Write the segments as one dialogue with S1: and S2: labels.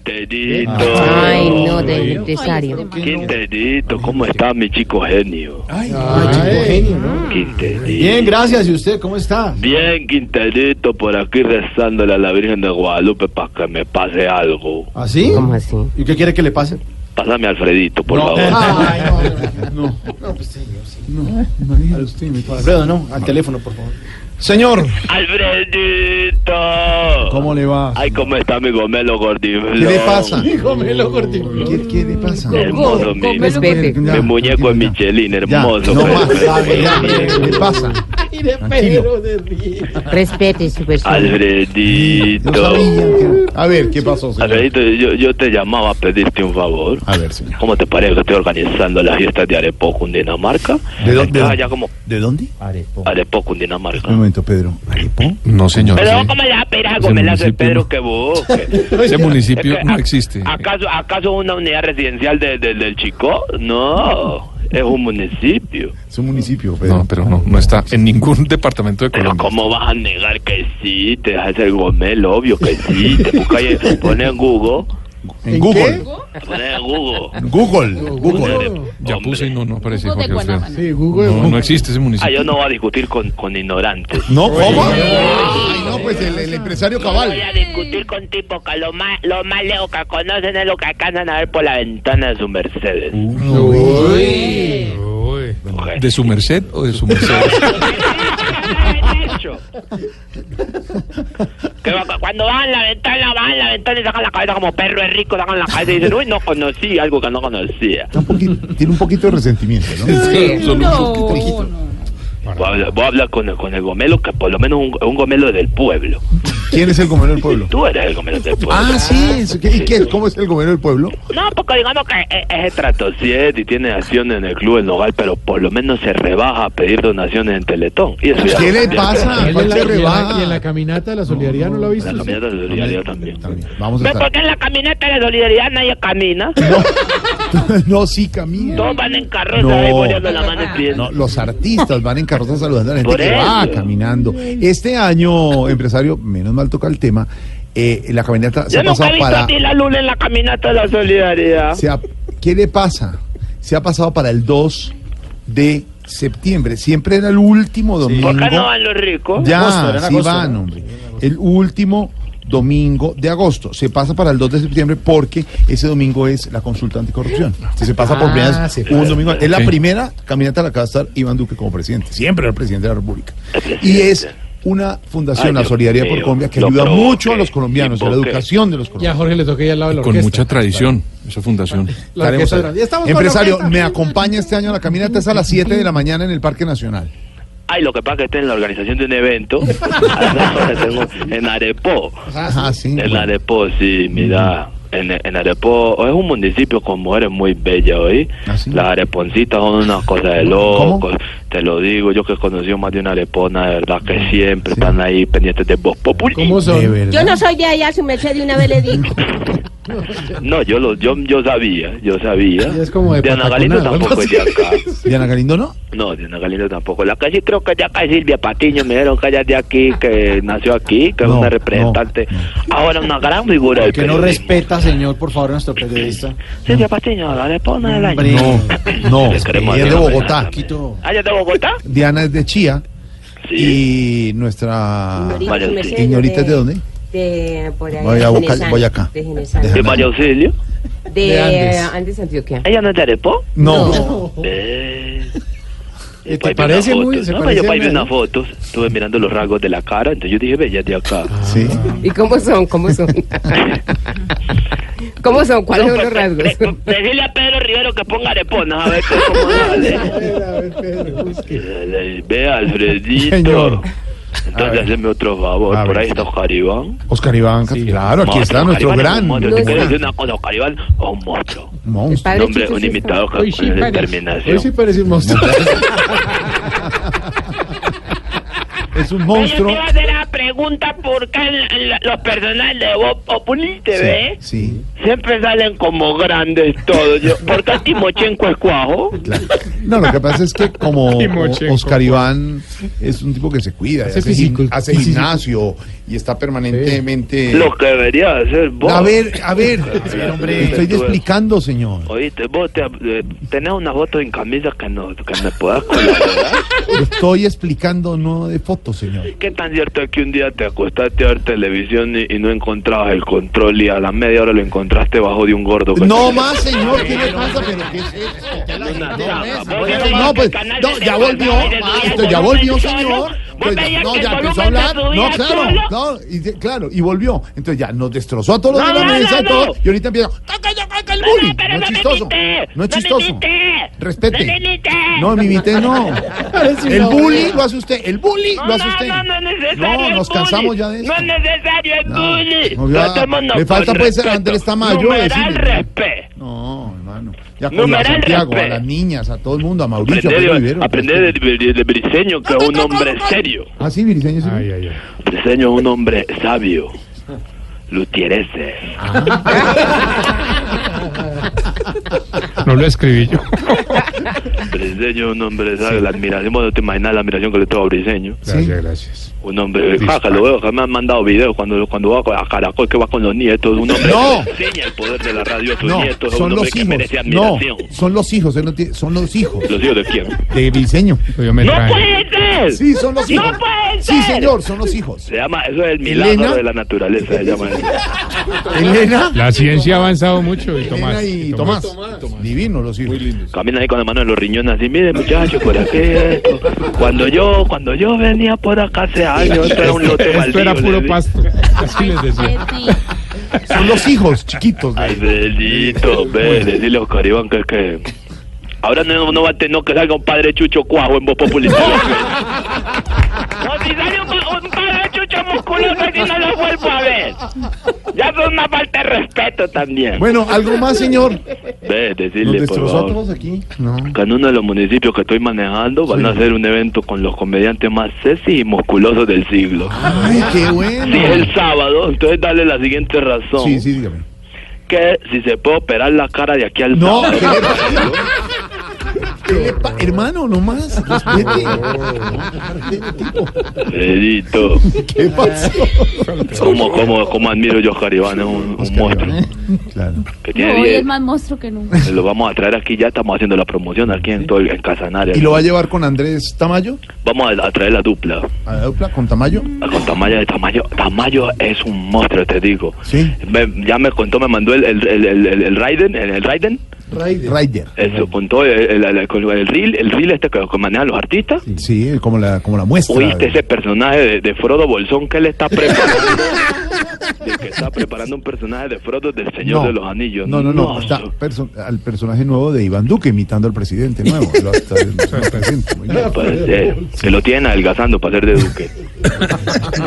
S1: Quinterito.
S2: Ay,
S3: Ah,
S2: no, de empresario.
S1: Quinterito, ¿cómo está mi chico genio?
S3: Ay, chico genio, ¿no? Bien,
S1: Quinterito.
S3: gracias. ¿Y usted cómo está?
S1: Bien, Quinterito, por aquí rezándole a la Virgen de Guadalupe para que me pase algo.
S3: ¿Así?
S2: ¿Cómo así?
S3: ¿Y qué quiere que le pase?
S1: Pásame a Alfredito, por
S3: No.
S1: favor.
S4: Ah.
S3: Ay, no, no, no, pues señor, sí. No, no diga usted, mi padre. Alfredo, no, al teléfono, por favor.
S4: Señor,
S1: ¡Alfredito!
S3: ¿Cómo le va?
S1: Ay, ¿cómo está mi gomelo gordinflón?
S4: ¿qué le pasa?
S3: Dígamelo, gordito.
S4: ¿Qué, qué le pasa?
S1: Hermoso, mi,
S2: Pues Pepe.
S1: mi muñeco es Michelin,
S4: Ya,
S1: hermoso.
S4: no
S1: pero-
S4: más, sabe, ya, ¿qué le pasa?
S3: Mire, pero de ríe.
S2: Respete su persona.
S4: No
S1: Alfredito.
S4: sabía que- A ver, ¿qué pasó, señor?
S1: Alfredito, yo, yo te llamaba a pedirte un favor.
S4: A ver, señor.
S1: ¿Cómo te parece que estoy organizando las fiestas de Arepo, Cundinamarca?
S4: ¿De dónde?
S1: Estás allá como
S4: ¿De dónde?
S1: Arepo, Cundinamarca.
S4: Un momento, Pedro. ¿Arepo?
S5: No, señor.
S1: Pero
S5: Ese,
S1: vos cómo le vas a pedir algo,
S5: Ese
S1: me la hace
S5: municipio
S1: Pedro
S5: no.
S1: que vos. que-
S5: ese
S1: Es
S5: municipio
S1: que,
S5: no
S1: a-
S5: existe.
S1: ¿Acaso acaso una unidad residencial de- de- del Chico? No, es un municipio.
S4: Es un municipio, Pedro.
S5: No, pero no, no está en ningún departamento de
S1: Pero
S5: Colombia.
S1: ¿cómo vas a negar que sí? Te dejas el gomel, obvio que sí. Te busca y pone en Google.
S4: ¿En Google?
S1: Pone en Google.
S4: Google. Google.
S1: Hombre.
S5: Ya puse y no, no aparece
S6: Hugo de
S5: Jorge Alfredo.
S6: Guanábana.
S3: Sí, Google.
S5: No, no existe ese
S1: Ah, yo
S5: municipio.
S1: no voy a discutir con, con ignorantes.
S4: ¿No? ¿Cómo? Ay, no, pues el, el empresario cabal.
S1: Voy a discutir con tipos que lo más, lo más lejos que conocen es lo que alcanzan a ver por la ventana de su Mercedes. Ok.
S5: ¿De su merced o de su merced?
S1: Que va- cuando bajan la ventana, bajan la ventana y sacan la cabeza como perro es rico, sacan la cabeza y dicen, uy, no conocí algo que no conocía.
S4: Está un poquito- tiene un poquito de resentimiento, ¿no?
S6: No, no.
S1: Voy a hablar, voy a hablar con, el, con el gomelo, que por lo menos un, un gomelo del pueblo.
S4: ¿Quién es el gomero del pueblo?
S1: Tú eres el gomelo del pueblo.
S4: Ah, sí. eso, ¿qué- ¿Y qué? ¿Cómo es el gomero del pueblo?
S1: No, porque digamos que es, es estratosciete y tiene acciones en el club El Nogal, pero por lo menos se rebaja a pedir donaciones en Teletón. Y eso ya-
S4: ¿Qué le
S1: ya-
S4: pasa?
S3: Él
S4: ¿Cuál
S3: en la-
S4: se
S3: y en la-
S4: rebaja?
S3: Y en la caminata de la solidaridad no, lo ha visto.
S1: La caminata de solidaridad también.
S4: Vamos a
S1: ¿Ves por
S4: estar.
S1: qué en la caminata de solidaridad nadie camina?
S4: No, sí, camina.
S1: Todos van en carroza
S4: No.
S1: ahí poniendo la mano en pie.
S4: No, los artistas van en carroza saludando a la gente
S1: Por
S4: que va
S1: eso.
S4: caminando. Este año, empresario, menos mal toca el tema, eh, la caminata se
S1: Yo
S4: ha
S1: nunca he
S4: pasado
S1: visto
S4: para...
S1: a ti la luna en la caminata de la solidaridad.
S4: se ha- ¿Qué le pasa? Se ha pasado para el 2 de septiembre. Siempre era el último domingo.
S1: ¿Por qué no van los ricos?
S4: Ya,
S3: Agosto, era en
S4: sí
S3: agosto,
S4: van,
S3: ¿no?
S4: hombre. El último domingo de agosto. Se pasa para el 2 de septiembre porque ese domingo es la consulta anticorrupción. Si se pasa por
S3: Ah,
S4: primera vez
S3: se
S4: un domingo. Es la
S5: Sí.
S4: primera caminata a la que va a estar Iván Duque como presidente. Siempre era el presidente de la República. Y
S1: presidente.
S4: es una fundación,
S1: Ay,
S4: la
S1: Dios
S4: Solidaridad
S1: mío,
S4: por Colombia, que
S1: lo
S4: ayuda
S1: provoqué,
S4: mucho a los colombianos, a la
S1: invoqué.
S4: educación de los
S3: Ya
S4: colombianos.
S3: Jorge le toca ir al lado de la
S5: Con
S3: orquesta.
S5: mucha tradición, esa fundación.
S3: La
S4: Estaremos
S3: orquesta
S4: ahí.
S3: grande. Ya estamos con
S4: Empresario,
S3: la orquesta.
S4: me acompaña este año a la caminata, es a las 7 de la mañana en el Parque Nacional.
S1: Ay, lo que pasa es que estoy en la organización de un evento. Ahora tengo en Arepó.
S4: Ajá, sí.
S1: En
S4: bueno.
S1: Arepó, sí, mira. En, en Arepó es un municipio con mujeres muy bellas hoy.
S4: ¿Ah, sí?
S1: Las areponcitas son una cosa de
S4: ¿Cómo?
S1: locos. Te lo digo, yo que he conocido más de una arepona, de verdad
S4: Ah,
S1: que siempre están ahí pendientes de vos populi.
S3: ¿Cómo
S4: De
S3: son?
S4: verdad.
S2: Yo no soy de allá, su merced de una vez le digo.
S1: No, yo, lo, yo, yo sabía, yo sabía.
S3: Ella es como de
S1: Diana
S3: Pataconá,
S1: Galindo tampoco
S3: algo
S1: es de acá.
S4: Diana Galindo, ¿no?
S1: No, Diana Galindo tampoco. La que sí creo que ya acá es Silvia Patiño. Me dijeron que ella es de aquí, que nació aquí, que
S4: No,
S1: es una representante.
S4: no,
S1: Ahora una gran figura del
S3: Que no
S1: periodismo.
S3: respeta, señor, por favor, a nuestro periodista.
S1: Silvia Patiño, la repona del año.
S3: Hombre.
S4: No,
S1: Le queremos
S4: ella es de
S1: hacer una
S4: Bogotá.
S1: homenaje. ¿Ah, ya de Bogotá?
S4: Diana es de Chía
S1: Sí.
S4: y nuestra...
S1: Ignorita. María
S2: Ignorita, su
S1: Auxilio.
S4: ¿Ignorita Ah. es de dónde?
S2: De por allá.
S4: Voy a
S2: de
S4: buscar-
S2: Genesán,
S4: voy acá.
S2: De Genesán.
S4: Déjame.
S1: ¿De María Auxilio?
S2: De,
S3: De Andes.
S2: eh, Andes, Antioquia.
S1: ¿Ella no es de Arepo?
S4: No.
S1: Eh.
S3: ¿Te
S1: Pues, vi
S3: parece
S1: unas
S3: muy-
S1: fotos.
S3: se
S1: No, pues,
S3: parece
S1: yo pues, vi
S3: a mí?
S1: unas fotos, estuve mirando los rasgos de la cara, entonces yo dije, ve, ella es de acá.
S4: Sí.
S2: ¿Y cómo son? ¿Cómo son? ¿Cómo son? ¿Cuáles
S1: No,
S2: son los
S1: pues,
S2: rasgos?
S1: de- de- Decirle a Pedro Rivero que ponga areponas, a ver qué- cómo sale. Eh, Ve, Alfredito.
S4: Señor. A ver.
S1: Entonces, hazme otro favor.
S4: A
S1: Por
S4: ver.
S1: ahí está Oscar Iván.
S4: Oscar Iván, claro, aquí
S1: Monstruo,
S4: está nuestro
S1: Oscar Iván es
S4: gran
S1: Un monstruo. Te
S2: No,
S1: quiero
S2: sí.
S1: decir una cosa: Oscar Iván es un monstruo.
S2: El
S4: monstruo.
S2: padre
S1: Un hombre,
S2: Chicho
S1: un
S2: sí
S1: imitador
S2: está-
S1: con con determinación.
S3: Hoy sí parece un monstruo.
S4: es
S7: Oye,
S4: un
S7: Yo te
S4: monstruo.
S7: iba a hacer la pregunta porque en- en los personajes de Bob Populi TV
S1: ¿eh?
S4: Sí,
S7: siempre salen como grandes todos. Yo, ¿Por qué Timochenko es cuajo?
S4: sí, claro. No, lo que pasa es que como
S3: Timochenko.
S4: Oscar Iván es un tipo que se cuida, y
S3: Hace
S4: hace, gim-
S3: físico.
S4: hace
S3: Sí, sí, sí.
S4: gimnasio y está permanentemente...
S1: Lo que debería hacer vos.
S4: A ver, a ver,
S1: hombre.
S4: estoy explicando, señor.
S1: Oíste, vos te, eh, tenés una foto en camisa que, no, que me puedas colaborar.
S4: Lo estoy explicando, no de fotos, señor.
S1: ¿Qué tan cierto es que un día te acostaste a ver televisión y, y no encontrabas el control y a la media hora lo encontraste bajo de un gordo? que
S4: No
S1: te-
S4: más, señor, ¿qué le pasa? ¿Pero qué es eso?
S7: Una trampa.
S4: No,
S7: Vos
S4: pues,
S7: decís
S4: no,
S7: que
S4: pues,
S7: el canal
S4: no,
S7: de
S4: ya
S7: Televisión
S4: volvió,
S7: Madre subía el
S4: esto, ya
S7: volumen
S4: volvió,
S7: solo.
S4: señor.
S7: Vos
S4: Pues,
S7: veías
S4: no,
S7: que
S4: ya
S7: el
S4: empezó a
S7: volumen
S4: hablar.
S7: se subía
S4: No, claro,
S7: solo.
S4: no, y de- claro, y volvió. Entonces ya nos destrozó a todos
S7: No,
S4: de la
S7: no,
S4: mesa,
S7: no,
S4: a todos,
S7: no.
S4: y ahorita empieza, "Taca, taca, taca, el bullying".
S7: pero
S4: No es
S7: no me
S4: chistoso,
S7: imites,
S4: no es
S7: no me
S4: chistoso.
S7: imites,
S4: Respete.
S7: no me imites.
S4: No, me imité, no. El bullying lo hace usted, el bullying
S7: No,
S4: lo
S7: no,
S4: hace usted.
S7: no, no es necesario.
S4: No,
S7: el
S4: nos
S7: bully.
S4: cansamos ya de eso.
S7: No es necesario el
S4: No,
S7: bully.
S4: no, ya.
S7: Tratémonos
S4: Le falta,
S7: con
S4: pues,
S7: respeto.
S4: Andrés Tamayo,
S7: Numeral
S4: decirle.
S7: respeto.
S4: No, hermano. Ya con
S7: Numeral
S4: a Santiago, a
S1: respeto.
S4: las niñas, a todo el mundo, a Mauricio, a Pedro
S1: Aprender
S4: Rivero.
S1: de, aprender de, de- de Briseño, que es un hombre serio.
S4: Ah, sí, Viriseño, sí.
S3: ay, ay.
S1: Briseño es un hombre sabio. Lutierese.
S5: No lo escribí yo.
S1: Briseño es un hombre sabio. La admiración, vos no te imaginas la admiración que le tengo a Briseño.
S4: Sí.
S3: gracias.
S1: Un hombre, jaja, lo veo, que me han mandado videos cuando, cuando va a Caracol, que va con los nietos. Un hombre
S4: No.
S1: que le enseña el poder de la radio a sus
S4: No,
S1: nietos. Es un
S4: son
S1: hombre
S4: los
S1: que merece
S4: hijos. No,
S1: admiración.
S4: son los hijos, él no tiene- son los hijos
S1: ¿Los hijos de quién?
S4: de Viriseño.
S5: Yo me
S7: ¡No
S5: traje.
S7: puede ser!
S4: Sí, son los
S7: ¡No
S4: hijos.
S7: puede
S4: Sí,
S7: ser!
S4: señor, son los hijos.
S1: Se llama, eso es el
S4: Elena.
S1: milagro de la naturaleza, se llama eso.
S4: Elena,
S5: La ciencia ha avanzado mucho y
S4: Elena
S5: Tomás.
S4: y Tomás. Divinos los hijos.
S1: Camina ahí con la mano en los riñones así, mire muchachos, por aquí esto. Cuando yo, cuando yo venía por acá hace años, esto era un lote
S5: Esto
S1: baldío,
S5: era
S1: le
S5: puro
S1: di-
S5: pasto. Así les decía.
S4: Son los hijos chiquitos. de-
S1: Ay, bendito, ve, decirle a Oscar Iván que que. Ahora no, no va a tener no, que salga un padre chucho cuajo en voz populista.
S7: No, si sale un, un par de chuchos musculosos y no lo vuelvo a ver. Ya es una falta de respeto también.
S4: Bueno, algo más, señor.
S1: Ve,
S4: Nos
S1: decirle, por
S4: destrozó a
S1: favor.
S4: todos aquí. No.
S1: Que en uno de los municipios que estoy manejando van a hacer un evento con los comediantes más sexy y musculosos del siglo.
S4: Ay, qué
S1: Si es
S4: bueno.
S1: el sábado, entonces dale la siguiente razón.
S4: Sí, sí, dígame.
S1: Que si se puede operar la cara de aquí al
S4: No,
S1: sábado.
S4: ¿qué le pasa? ¿Qué le pa- hermano, nomás, respete.
S1: Bendito.
S4: ¿Qué pasó?
S1: ¿Cómo, cómo, cómo admiro yo a Oscar Iván? Es un, un monstruo.
S4: ¿eh? Claro.
S1: Que tiene
S6: No, hoy
S1: 10.
S6: es más monstruo que nunca.
S1: Lo vamos a traer aquí, ya estamos haciendo la promoción aquí en, todo, el- en Casanare.
S4: ¿Y lo va a llevar con Andrés Tamayo?
S1: Vamos a, a traer la dupla.
S4: ¿A la dupla? ¿Con Tamayo?
S1: a- Con Tamayo de Tamayo. Tamayo es un monstruo, te digo.
S4: Sí.
S1: Me- ya me contó, me mandó el, el, el, el, el- el Raiden, el, el Raiden,
S4: Ryder.
S1: eso, contó el, el, el- con el reel, el reel este que, que manejan los artistas.
S4: Sí, como la, como la muestra.
S1: ¿Oíste ese personaje de, de Frodo Bolsón que él está preparando? de que está preparando un personaje de Frodo del Señor de los Anillos.
S4: No, no, no.
S1: No,
S4: Está
S1: eso-
S4: perso- al personaje nuevo de Iván Duque imitando al presidente nuevo. Lo está- lo presenta, muy bien.
S1: Pues, eh, que lo tienen adelgazando para ser de Duque.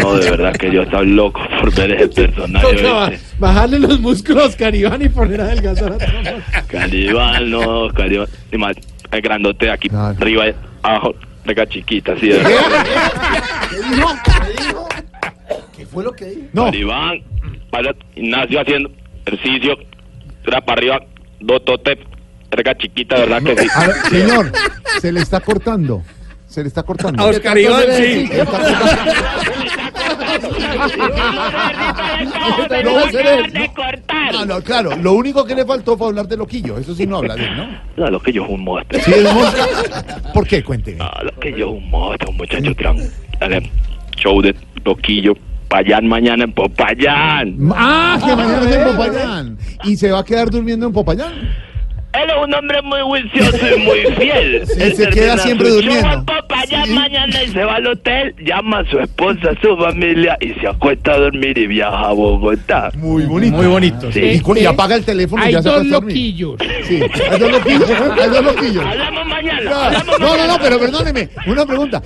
S1: No, de verdad que yo estaba loco por ver ese personaje. ¿oíste?
S3: bajarle los músculos a Oscar Iván y poner a adelgazar a todos.
S1: Caribal, no, Caribal. Y más, el grandote aquí
S4: Claro.
S1: arriba, abajo, acá chiquita, así de verdad.
S4: No,
S1: Caribal, para Ignacio haciendo ejercicio, era para arriba, dos totes, acá chiquita, de verdad que sí.
S4: a ver, señor, se le está cortando. Se le está cortando.
S8: Oscar Iván, sí.
S4: No va a ser él,
S7: de
S4: no.
S7: cortar.
S4: Ah, no, claro, lo único que le faltó fue hablar de loquillo. Eso sí no habla de él, ¿no?
S1: No, lo que yo es un monstruo.
S4: Sí, es mosca. ¿Por qué? Cuénteme.
S1: Ah, lo que yo es un monstruo, un muchacho tranquilo. Show de toquillo, payán mañana en Popayán.
S4: Ah, que mañana es en Popayán. ¿Y se va a quedar durmiendo en Popayán?
S7: Él es un hombre muy juicioso y muy fiel.
S4: Él se queda siempre durmiendo.
S7: Papá, ya mañana y se va al hotel, llama a su esposa, a su familia y se acuesta a dormir y viaja a Bogotá.
S4: Muy bonito. Muy bonito. Y, cu- y apaga el teléfono y
S8: Hay
S4: ya se
S8: dos
S4: acuesta a dormir.
S8: loquillos.
S4: Sí, hay dos loquillos. Hay dos loquillos.
S7: Hablamos mañana.
S4: No,
S7: Hablamos
S4: no,
S7: mañana.
S4: no, pero perdóneme. Una pregunta.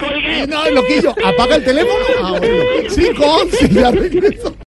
S4: No, loquillo, apaga el teléfono. Ah, bueno. Cinco once, ya regreso.